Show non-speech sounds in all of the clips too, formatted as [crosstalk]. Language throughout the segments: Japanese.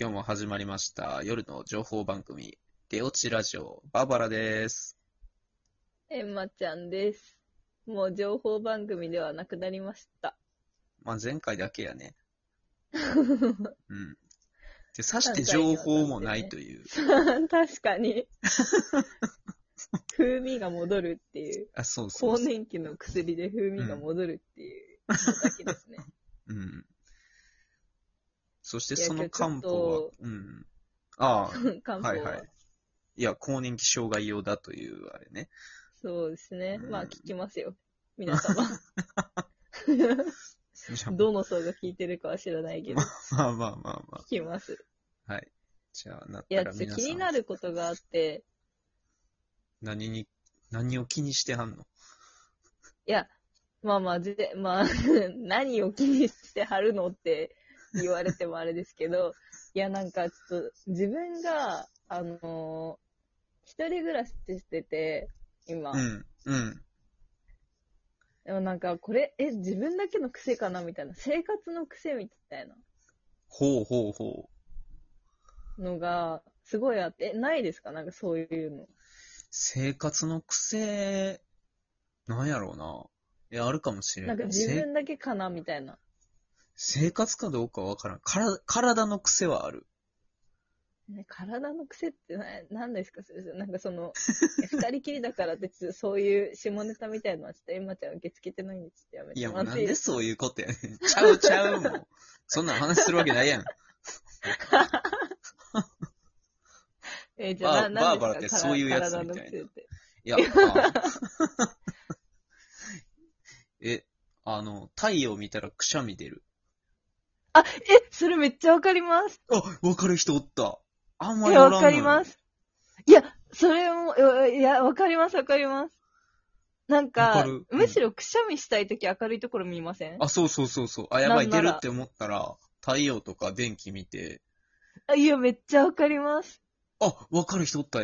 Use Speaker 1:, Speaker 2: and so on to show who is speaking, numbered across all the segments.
Speaker 1: 今日も始まりました夜の情報番組、出落ちラジオ、バーバラです。
Speaker 2: エンマちゃんです。もう情報番組ではなくなりま
Speaker 1: [laughs]
Speaker 2: した。
Speaker 1: まあ、前回だけやね。うん。で、さして情報もないという。
Speaker 2: 確かに。 [laughs] 風味が戻るっていう。
Speaker 1: あ、そうそ
Speaker 2: 更
Speaker 1: うそう。
Speaker 2: 年期の薬で風味が戻るっていうのだけですね。
Speaker 1: うん。そして
Speaker 2: いや
Speaker 1: その漢方
Speaker 2: ち
Speaker 1: は
Speaker 2: ょっと、
Speaker 1: うん。ああ、
Speaker 2: 漢方
Speaker 1: は
Speaker 2: は。
Speaker 1: いはい。いや、更年期障害用だという、あれね。
Speaker 2: そうですね。まあ
Speaker 1: うん
Speaker 2: 聞きますよ。
Speaker 1: [laughs]
Speaker 2: 皆様。
Speaker 1: いや
Speaker 2: [laughs] どの層が聞いてるかは知らないけど、
Speaker 1: [laughs] まあまあまあま
Speaker 2: 聞きます。
Speaker 1: あ。はい。じゃあ、なっ
Speaker 2: い
Speaker 1: た
Speaker 2: や、
Speaker 1: ら
Speaker 2: ちょっ
Speaker 1: 皆
Speaker 2: と
Speaker 1: さん、
Speaker 2: 気になることがあって、
Speaker 1: 何に、何を気にしてはんの
Speaker 2: いや、まあまあ、ぜまあ、 [laughs] 何を気にしてはるのって言われてもあれですけど、いや、なんかちょっと自分が、あのー一人暮らししてて、今、
Speaker 1: うん、うん。
Speaker 2: でもなんかこれ、え、自分だけの癖かなみたいな、生活の癖みたいな
Speaker 1: ほうほうほう。
Speaker 2: のが、すごいあって、えないですかなんかそういうの。
Speaker 1: 生活の癖、なんやろうな。いや、あるかもしれ
Speaker 2: なんか
Speaker 1: ない。
Speaker 2: 自
Speaker 1: せ
Speaker 2: 分だけかなみたいな。
Speaker 1: 生活かどうかわからん。から体の癖はある。
Speaker 2: ね、体の癖ってな何ですかそれなんか
Speaker 1: [laughs]
Speaker 2: その、二人きりだからって、ちょっとそういう下ネタみたいのは、ちょっとエマちゃん受け付けてないんで、ちょっとやめ
Speaker 1: い
Speaker 2: て
Speaker 1: や、
Speaker 2: も
Speaker 1: もうな
Speaker 2: らっ
Speaker 1: ん
Speaker 2: ていい
Speaker 1: で
Speaker 2: です
Speaker 1: そういうことやねん。ちゃうちゃうもん。 [laughs] そんなん話するわけないやん。
Speaker 2: かえじゃあ、
Speaker 1: バ
Speaker 2: なな
Speaker 1: ー
Speaker 2: ん
Speaker 1: バーバラって
Speaker 2: です
Speaker 1: そういうやつみたいな
Speaker 2: 体の癖って。
Speaker 1: いや、あ [laughs] え、あの、太陽見たらくしゃみ出る。
Speaker 2: あ、え、それめっちゃわかります。
Speaker 1: あ、わかる人おった。あんま
Speaker 2: い
Speaker 1: り
Speaker 2: や、
Speaker 1: おらんの
Speaker 2: わ
Speaker 1: よ
Speaker 2: かりま。す。いや、それも、いやいや、わかります、わかります。なん
Speaker 1: わか
Speaker 2: か
Speaker 1: る、うん
Speaker 2: むしろくしゃみしたいとき明るいところ見ません
Speaker 1: あ、そうそうそうそう。あ、やばい、
Speaker 2: な
Speaker 1: 出
Speaker 2: ん
Speaker 1: る
Speaker 2: なら
Speaker 1: って思ったら、太陽とか電気見て、
Speaker 2: あいや、めっちゃわかります。
Speaker 1: あ、わかる人おった。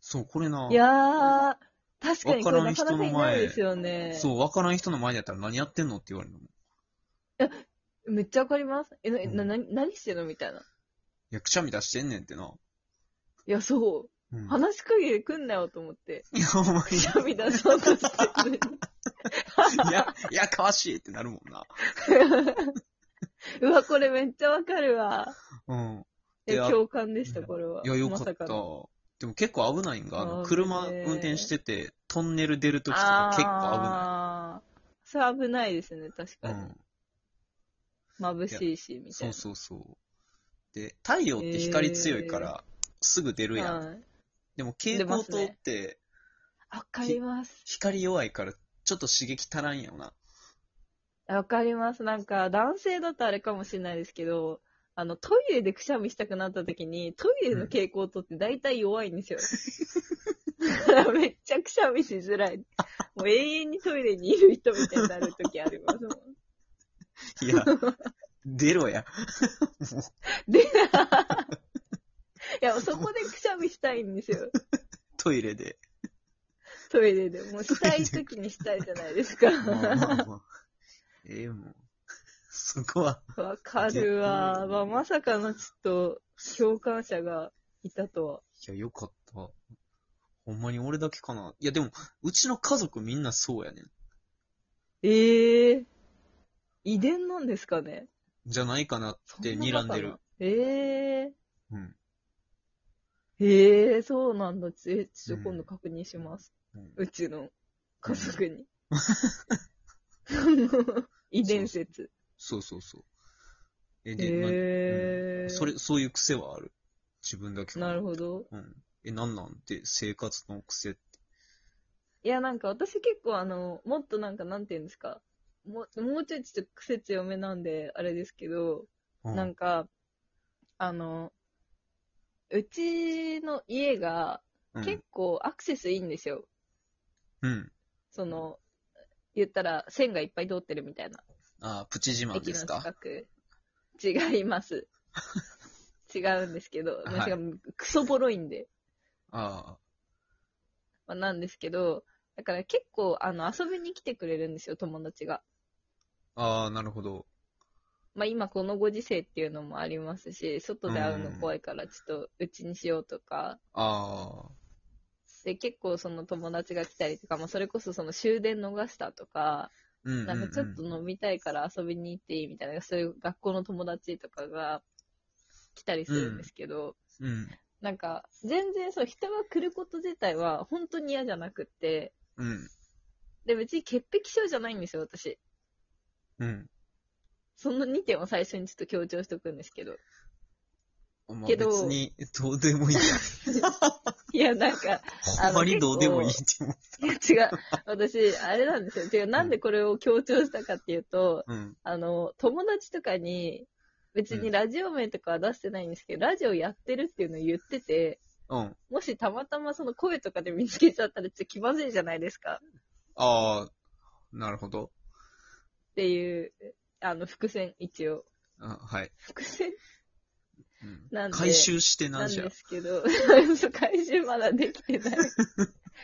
Speaker 1: そう、これな。
Speaker 2: いやー、確かにこれ
Speaker 1: わからん
Speaker 2: な
Speaker 1: 人
Speaker 2: か
Speaker 1: の
Speaker 2: なか
Speaker 1: 前
Speaker 2: いないですよね。
Speaker 1: そう、わからん人の前でやったら何やってんのって言われるの。い
Speaker 2: めっちゃわかります。え、な、
Speaker 1: うん
Speaker 2: な、な何してんのみたいな。い
Speaker 1: や、くしゃみ出してんねんってな。
Speaker 2: や、そう。
Speaker 1: うん、
Speaker 2: 話しかけてくんなよと思って。 [laughs]
Speaker 1: いや、ほんま
Speaker 2: くしゃみ出そうとして [laughs] る。
Speaker 1: に。いや、いや、かわしいってなるもんな。
Speaker 2: うわ、これめっちゃわかるわ。
Speaker 1: うん。
Speaker 2: いや
Speaker 1: いや
Speaker 2: 共感でした、これは。
Speaker 1: いや、よかっ
Speaker 2: まさ
Speaker 1: た。
Speaker 2: の
Speaker 1: でも結構危ないんが、あの、
Speaker 2: 危ね
Speaker 1: 車
Speaker 2: え
Speaker 1: 運転してて、トンネル出るときとか結構
Speaker 2: あーそれ危ないですね、確
Speaker 1: 危
Speaker 2: か
Speaker 1: ない。う
Speaker 2: に。
Speaker 1: ん。
Speaker 2: 眩しいし、みた
Speaker 1: そ
Speaker 2: いうな。
Speaker 1: そうそう。で、太陽って光強いから、すぐ出るやん。
Speaker 2: はい
Speaker 1: でも蛍光灯って、
Speaker 2: わかります。
Speaker 1: 光弱いから、ちょっと刺激足らんよな。
Speaker 2: わかります。なんか、男性だとあれかもしれないですけど、あの、トイレでくしゃみしたくなった時に、トイレの蛍光灯って大体弱いんですよ。
Speaker 1: [laughs]
Speaker 2: めっちゃくしゃみしづらい。もう永遠にトイレにいる人みたいになる時あります
Speaker 1: [laughs]
Speaker 2: も
Speaker 1: い
Speaker 2: ん。[laughs]
Speaker 1: や、出ろや。
Speaker 2: で、いや、そこでくしゃみしたいんですよ。
Speaker 1: トイレで。
Speaker 2: トイレで。もうしたい時にしたいじゃないですか。
Speaker 1: [laughs] まあまあまあ。ええもう。そこは、
Speaker 2: わかるわ。まあ、まさかのちょっと、共感者がいたとは。
Speaker 1: いや、よかった。ほんまに俺だけかな。いや、でも、うちの家族みんなそうやねん。
Speaker 2: ええ遺伝なんですかね
Speaker 1: じゃないかなっ
Speaker 2: そ
Speaker 1: て
Speaker 2: な
Speaker 1: 睨ん
Speaker 2: 中
Speaker 1: で
Speaker 2: な
Speaker 1: る。。
Speaker 2: え
Speaker 1: うん。
Speaker 2: えええそうなんだ。ちえちょっと
Speaker 1: うん
Speaker 2: 今度確認します。
Speaker 1: うん
Speaker 2: うちの家
Speaker 1: [laughs]
Speaker 2: 族に。遺伝説。
Speaker 1: そうそうそう。え、で、な
Speaker 2: ええ
Speaker 1: それ、そういう癖はある。自分だけか
Speaker 2: なるほ。ど。
Speaker 1: うん。え、なんなんて、生活の癖って。
Speaker 2: いや、なんか私結構あの、もっとなんかなんて言うんですか。ももうちょいちょっと癖強めなんで、あれですけど、
Speaker 1: う
Speaker 2: なんか、あの、うちの家が
Speaker 1: うん
Speaker 2: 結構アクセスいいんですよ。
Speaker 1: うん。
Speaker 2: その、言ったら線がいっぱい通ってるみたいな。
Speaker 1: あープチ自慢
Speaker 2: 駅
Speaker 1: で
Speaker 2: の
Speaker 1: すか
Speaker 2: 近く。違います。 [laughs] 違うんですけど、
Speaker 1: はい
Speaker 2: 違うクソボロいんで、
Speaker 1: あ
Speaker 2: まあ、なんですけど、だから結構あの遊びに来てくれるんですよ、友達が。
Speaker 1: あ。ああ、なるほど。
Speaker 2: まあ今このご時世っていうのもありますし、外で会うの怖いから、ちょっとうちにしようとか、
Speaker 1: ああ。
Speaker 2: で、結構その友達が来たりとか、まあそれこそその終電逃したとか、
Speaker 1: うんうん、うん。
Speaker 2: なんかちょっと飲みたいから遊びに行っていいみたいな、そういう学校の友達とかが来たりするんですけど、
Speaker 1: うん。
Speaker 2: なんか全然そう人が来ること自体は本当に嫌じゃなくって、
Speaker 1: うん。
Speaker 2: で、別に潔癖症じゃないんですよ、私。
Speaker 1: うん。
Speaker 2: その2点を最初にちょっと強調しておくんですけど。
Speaker 1: まあ、
Speaker 2: けど
Speaker 1: 別に、どうでもいい
Speaker 2: [laughs]
Speaker 1: や。
Speaker 2: いや、なん
Speaker 1: [laughs]
Speaker 2: か、
Speaker 1: ほんまにどうでもいいって思
Speaker 2: いや違う。私、あれなんですよ。違う。なんでこれを強調したかっていうと、
Speaker 1: う。うん。
Speaker 2: あの、友達とかに、別にラジオ名とかは出してないんですけど、ラジオやってるっていうのを言ってて、
Speaker 1: うん。
Speaker 2: もしたまたまその声とかで見つけちゃったらちょっと気まずいじゃないですか。
Speaker 1: ああ、なるほど。
Speaker 2: っていう、あの、伏線、一応。
Speaker 1: あはい。
Speaker 2: 伏線
Speaker 1: うん
Speaker 2: なんで
Speaker 1: 回収して
Speaker 2: な
Speaker 1: なんんじゃ
Speaker 2: で。すけど、 [laughs] そう回収まだできて
Speaker 1: [laughs]
Speaker 2: ない。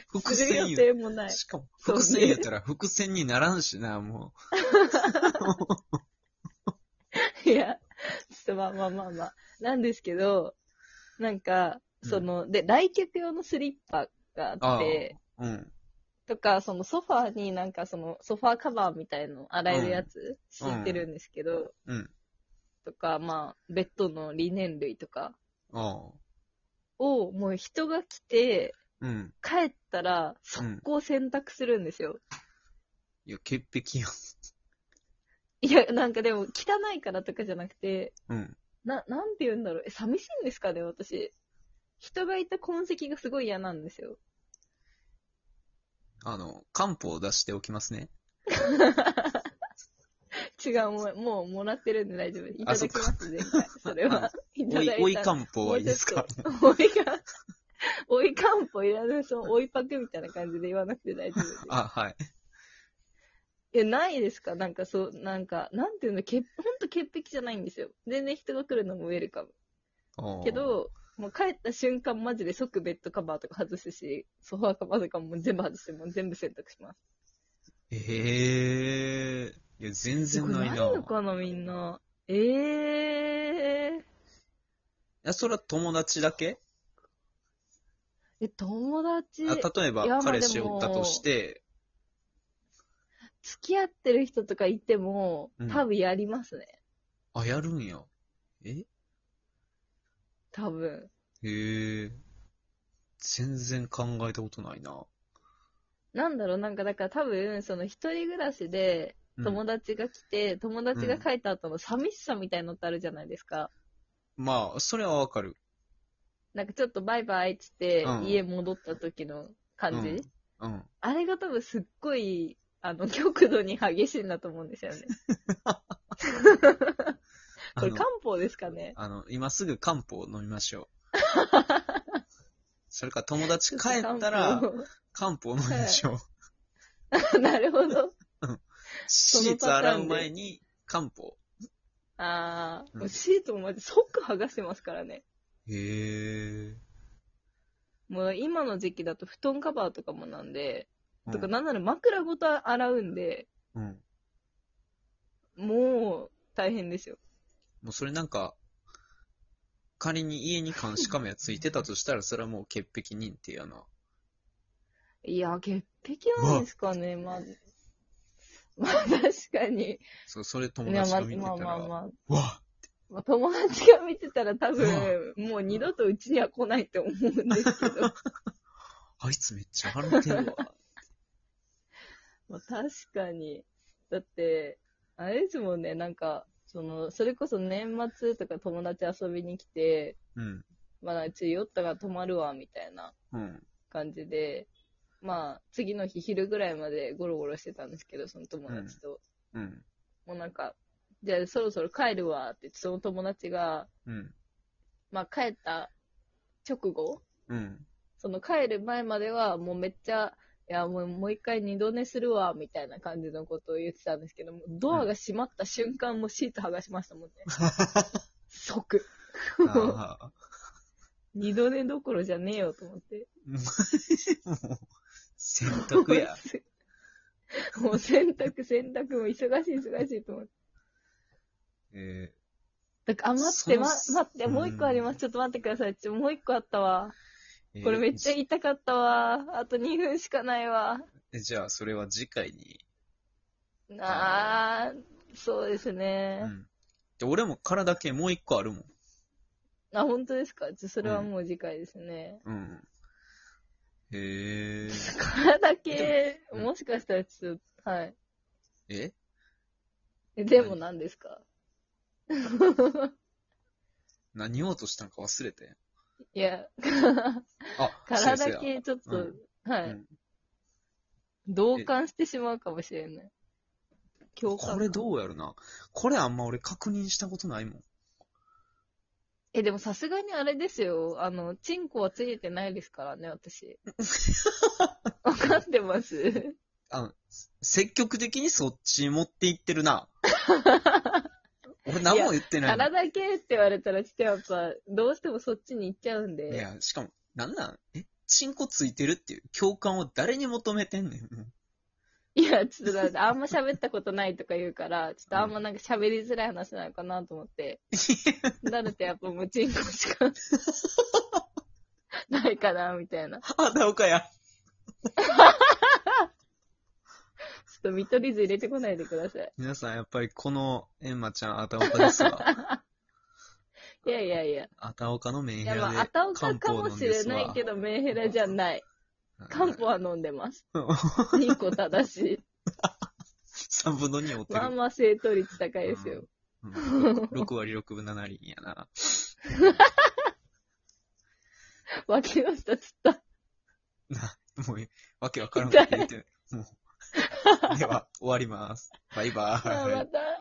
Speaker 1: 伏
Speaker 2: する
Speaker 1: 線言
Speaker 2: 予
Speaker 1: う。
Speaker 2: 定もない。
Speaker 1: しかも、
Speaker 2: そうね
Speaker 1: 伏線やったら伏線にならんしな、も
Speaker 2: いや、ちょっとまあまあまあまあ。なんですけど、なんか、
Speaker 1: うん
Speaker 2: その、で、来客用のスリッパがあって、
Speaker 1: う。うん。
Speaker 2: とか、そのソファーになんかその、ソファーカバーみたいの洗えるやつ
Speaker 1: うん
Speaker 2: 敷いてるんですけど、
Speaker 1: うん。
Speaker 2: とか、まあ、ベッドのリネン類とか
Speaker 1: ああ。
Speaker 2: を、もう人が来て、
Speaker 1: うん。
Speaker 2: 帰ったら、
Speaker 1: う
Speaker 2: 速
Speaker 1: ん。
Speaker 2: 攻洗濯するんですよ。
Speaker 1: いや、潔癖や。
Speaker 2: いや、なんかでも、汚いからとかじゃなくて、
Speaker 1: うん。
Speaker 2: な、なんて言うんだろう。え、寂しいんですかね、私。人がいた痕跡がすごい嫌なんですよ。
Speaker 1: あの、漢方を出しておきますね。
Speaker 2: 違う、もう、もうもらってるんで大丈夫です。いた
Speaker 1: あそ
Speaker 2: だ
Speaker 1: っ
Speaker 2: きま
Speaker 1: か
Speaker 2: す、前回。それは。いた
Speaker 1: おい
Speaker 2: だ、
Speaker 1: お
Speaker 2: い
Speaker 1: い
Speaker 2: た。
Speaker 1: 漢方はいいですか
Speaker 2: もうちょっとおいか、おいかんぽいらない、その、おいパクみたいな感じで言わなくて大丈夫です。
Speaker 1: あ、はい。
Speaker 2: いや、ないですかなんかそう、なんか、なんていうの、けほんと潔癖じゃないんですよ。全然人が来るのもウェルカム。
Speaker 1: おー
Speaker 2: け、ど、もう帰った瞬間マジで即ベッドカバーとか外すし、ソファーカバーとかも全部外して、もう全部洗濯します。
Speaker 1: ええいや、全然ないな。
Speaker 2: これないのかな、みんな。えー。
Speaker 1: いや、それは友達だけ
Speaker 2: え、友達、
Speaker 1: あ
Speaker 2: 付
Speaker 1: 例え
Speaker 2: いやま
Speaker 1: ば、
Speaker 2: あ
Speaker 1: 彼氏おったとして、
Speaker 2: き合ってる人とかいても
Speaker 1: うん、
Speaker 2: 多分やりますね。
Speaker 1: あ、やるんや。え
Speaker 2: 多分。
Speaker 1: へえ。全然考えたことないな。
Speaker 2: なんだろう、なんかだから多分、その一人暮らしで
Speaker 1: うん
Speaker 2: 友達が来て、友達が帰った後の寂しさみたいのってあるじゃないですか。
Speaker 1: まあ、それはわかる。
Speaker 2: なんかちょっとバイバイっつって
Speaker 1: う、ん
Speaker 2: 家戻った時の感じ、
Speaker 1: うん。
Speaker 2: あれが多分すっごい、あの、極度に激しいんだと思うんですよね。こ
Speaker 1: あ
Speaker 2: れ
Speaker 1: の
Speaker 2: 漢方ですかね
Speaker 1: あの、今すぐ漢方を飲みまし
Speaker 2: [laughs]
Speaker 1: ょう。それか友達帰った
Speaker 2: [laughs]
Speaker 1: ら
Speaker 2: ちょっと
Speaker 1: 漢
Speaker 2: 漢
Speaker 1: 方を飲みましょう。
Speaker 2: 方なるほど。
Speaker 1: シーツ洗う前に漢方。
Speaker 2: あ
Speaker 1: うん
Speaker 2: あ、もうシートもマジ即剥がしてますからね。
Speaker 1: へえ。
Speaker 2: もう今の時期だと布団カバーとかもなんで、
Speaker 1: うん
Speaker 2: とかなんなら枕ごと洗うんで、
Speaker 1: うん。
Speaker 2: もう大変ですよ。
Speaker 1: もうそれなんか、仮に家に監視カメラついてたとしたら、それはもう潔癖認定やな。
Speaker 2: いや、潔癖なんですかね、まず。まあ確かに。
Speaker 1: そう、それ友
Speaker 2: いや、
Speaker 1: 達
Speaker 2: まあ
Speaker 1: が見てた
Speaker 2: まあ
Speaker 1: ら、
Speaker 2: まあまあ。
Speaker 1: うわ
Speaker 2: まあ、友達が見てたら多分、もう二度とうちには来ないと思うんですけど。
Speaker 1: あいつめっちゃ腹立てるわ。
Speaker 2: [laughs] まあ、確かに。だって、あれですもんね、なんか、その、それこそ年末とか友達遊びに来て、
Speaker 1: うん。
Speaker 2: まあ、うち酔ったから泊まるわ、みたいな
Speaker 1: うん。
Speaker 2: 感じで、まあ、次の日昼ぐらいまでゴロゴロしてたんですけど、その友達と。
Speaker 1: うん。
Speaker 2: もうなんか、じゃあそろそろ帰るわって言って、その友達が、
Speaker 1: うん。
Speaker 2: まあ、帰った直後
Speaker 1: うん。
Speaker 2: その帰る前までは、もうめっちゃ、いや、もうもう一回二度寝するわ、みたいな感じのことを言ってたんですけども、ドアが閉まった瞬間、もうシート剥がしましたもんね。
Speaker 1: [laughs]
Speaker 2: 即。
Speaker 1: ああ。
Speaker 2: 二度寝どころじゃねえよと思って。
Speaker 1: もう、洗濯
Speaker 2: [laughs]
Speaker 1: や。
Speaker 2: もう洗濯、洗濯も忙しい、忙しいと思って。
Speaker 1: え
Speaker 2: だから、あ、待って、ま、
Speaker 1: その
Speaker 2: 待って、もう一個ありま
Speaker 1: うん
Speaker 2: す。ちょっと待ってください。ちょ、もう一個あったわ。
Speaker 1: ーえー
Speaker 2: これめっちゃ痛かったわ。あと2分しかないわ。
Speaker 1: えじゃあ、それは次回に。
Speaker 2: あー、そうですね
Speaker 1: う。ん。で俺も体系もう一個あるもん。
Speaker 2: あ、本当ですかじゃ、それはもう次回ですね。
Speaker 1: うん。へえ。
Speaker 2: 体系、
Speaker 1: うん
Speaker 2: もしかしたらちょっと、はい。
Speaker 1: え
Speaker 2: えでも何ですか
Speaker 1: 何言おうとしたんか忘れて。
Speaker 2: い [laughs]
Speaker 1: あ、
Speaker 2: や、
Speaker 1: そう
Speaker 2: 体
Speaker 1: やそうや
Speaker 2: 系ちょっと、
Speaker 1: うん
Speaker 2: はい、
Speaker 1: うん
Speaker 2: 同感してしまうかもしれない。共感。
Speaker 1: これどうやるな。これあんま俺確認したことないもん。
Speaker 2: え、でもさすがにあれですよ。あの、チンコはついてないですから
Speaker 1: [laughs]
Speaker 2: ね、私。わかってます。
Speaker 1: あの、積極的にそっち持っていってるな。俺何も言ってないの。
Speaker 2: 体系って言われたら、ちょっとやっぱ、どうしてもそっちに行っちゃうん
Speaker 1: い
Speaker 2: で。
Speaker 1: や、しかも、なんなんえチンコついてるっていう共感を誰に求めてんねん。もう [laughs]
Speaker 2: いや、ちょっとだってあんま喋ったことないとか言うから、ちょっとあんまなんか喋りづらい話なのかなと思って。なるとやっぱもうチンコし
Speaker 1: [laughs]
Speaker 2: か、ないかな、みたいな。ちょ
Speaker 1: あ、だおかや。
Speaker 2: っと見取り図入れてこないでください。
Speaker 1: 皆さん、やっぱりこのエンマちゃん、あたおかです
Speaker 2: [laughs]
Speaker 1: わ。
Speaker 2: いやいやいや。
Speaker 1: あたおかのメン
Speaker 2: い
Speaker 1: ヘ
Speaker 2: や、
Speaker 1: ラ
Speaker 2: まあ、
Speaker 1: で
Speaker 2: あたおか
Speaker 1: 漢
Speaker 2: か
Speaker 1: 方
Speaker 2: も
Speaker 1: 飲ん
Speaker 2: し
Speaker 1: で
Speaker 2: れ
Speaker 1: す
Speaker 2: ない
Speaker 1: わ
Speaker 2: け。ど、メンヘラじゃない。 [laughs] 漢方は飲んでます。2個正し
Speaker 1: [laughs]
Speaker 2: い。
Speaker 1: 3分の2をって
Speaker 2: まあ
Speaker 1: る。
Speaker 2: まあ正答率高いですよ。
Speaker 1: 6割6分7厘やな。
Speaker 2: 脇の下つった。
Speaker 1: な、もう、
Speaker 2: [laughs]
Speaker 1: わけわからんこと言ってない。もう。では、終わります。バイバ
Speaker 2: ああ [laughs]
Speaker 1: ーイ
Speaker 2: ま。た。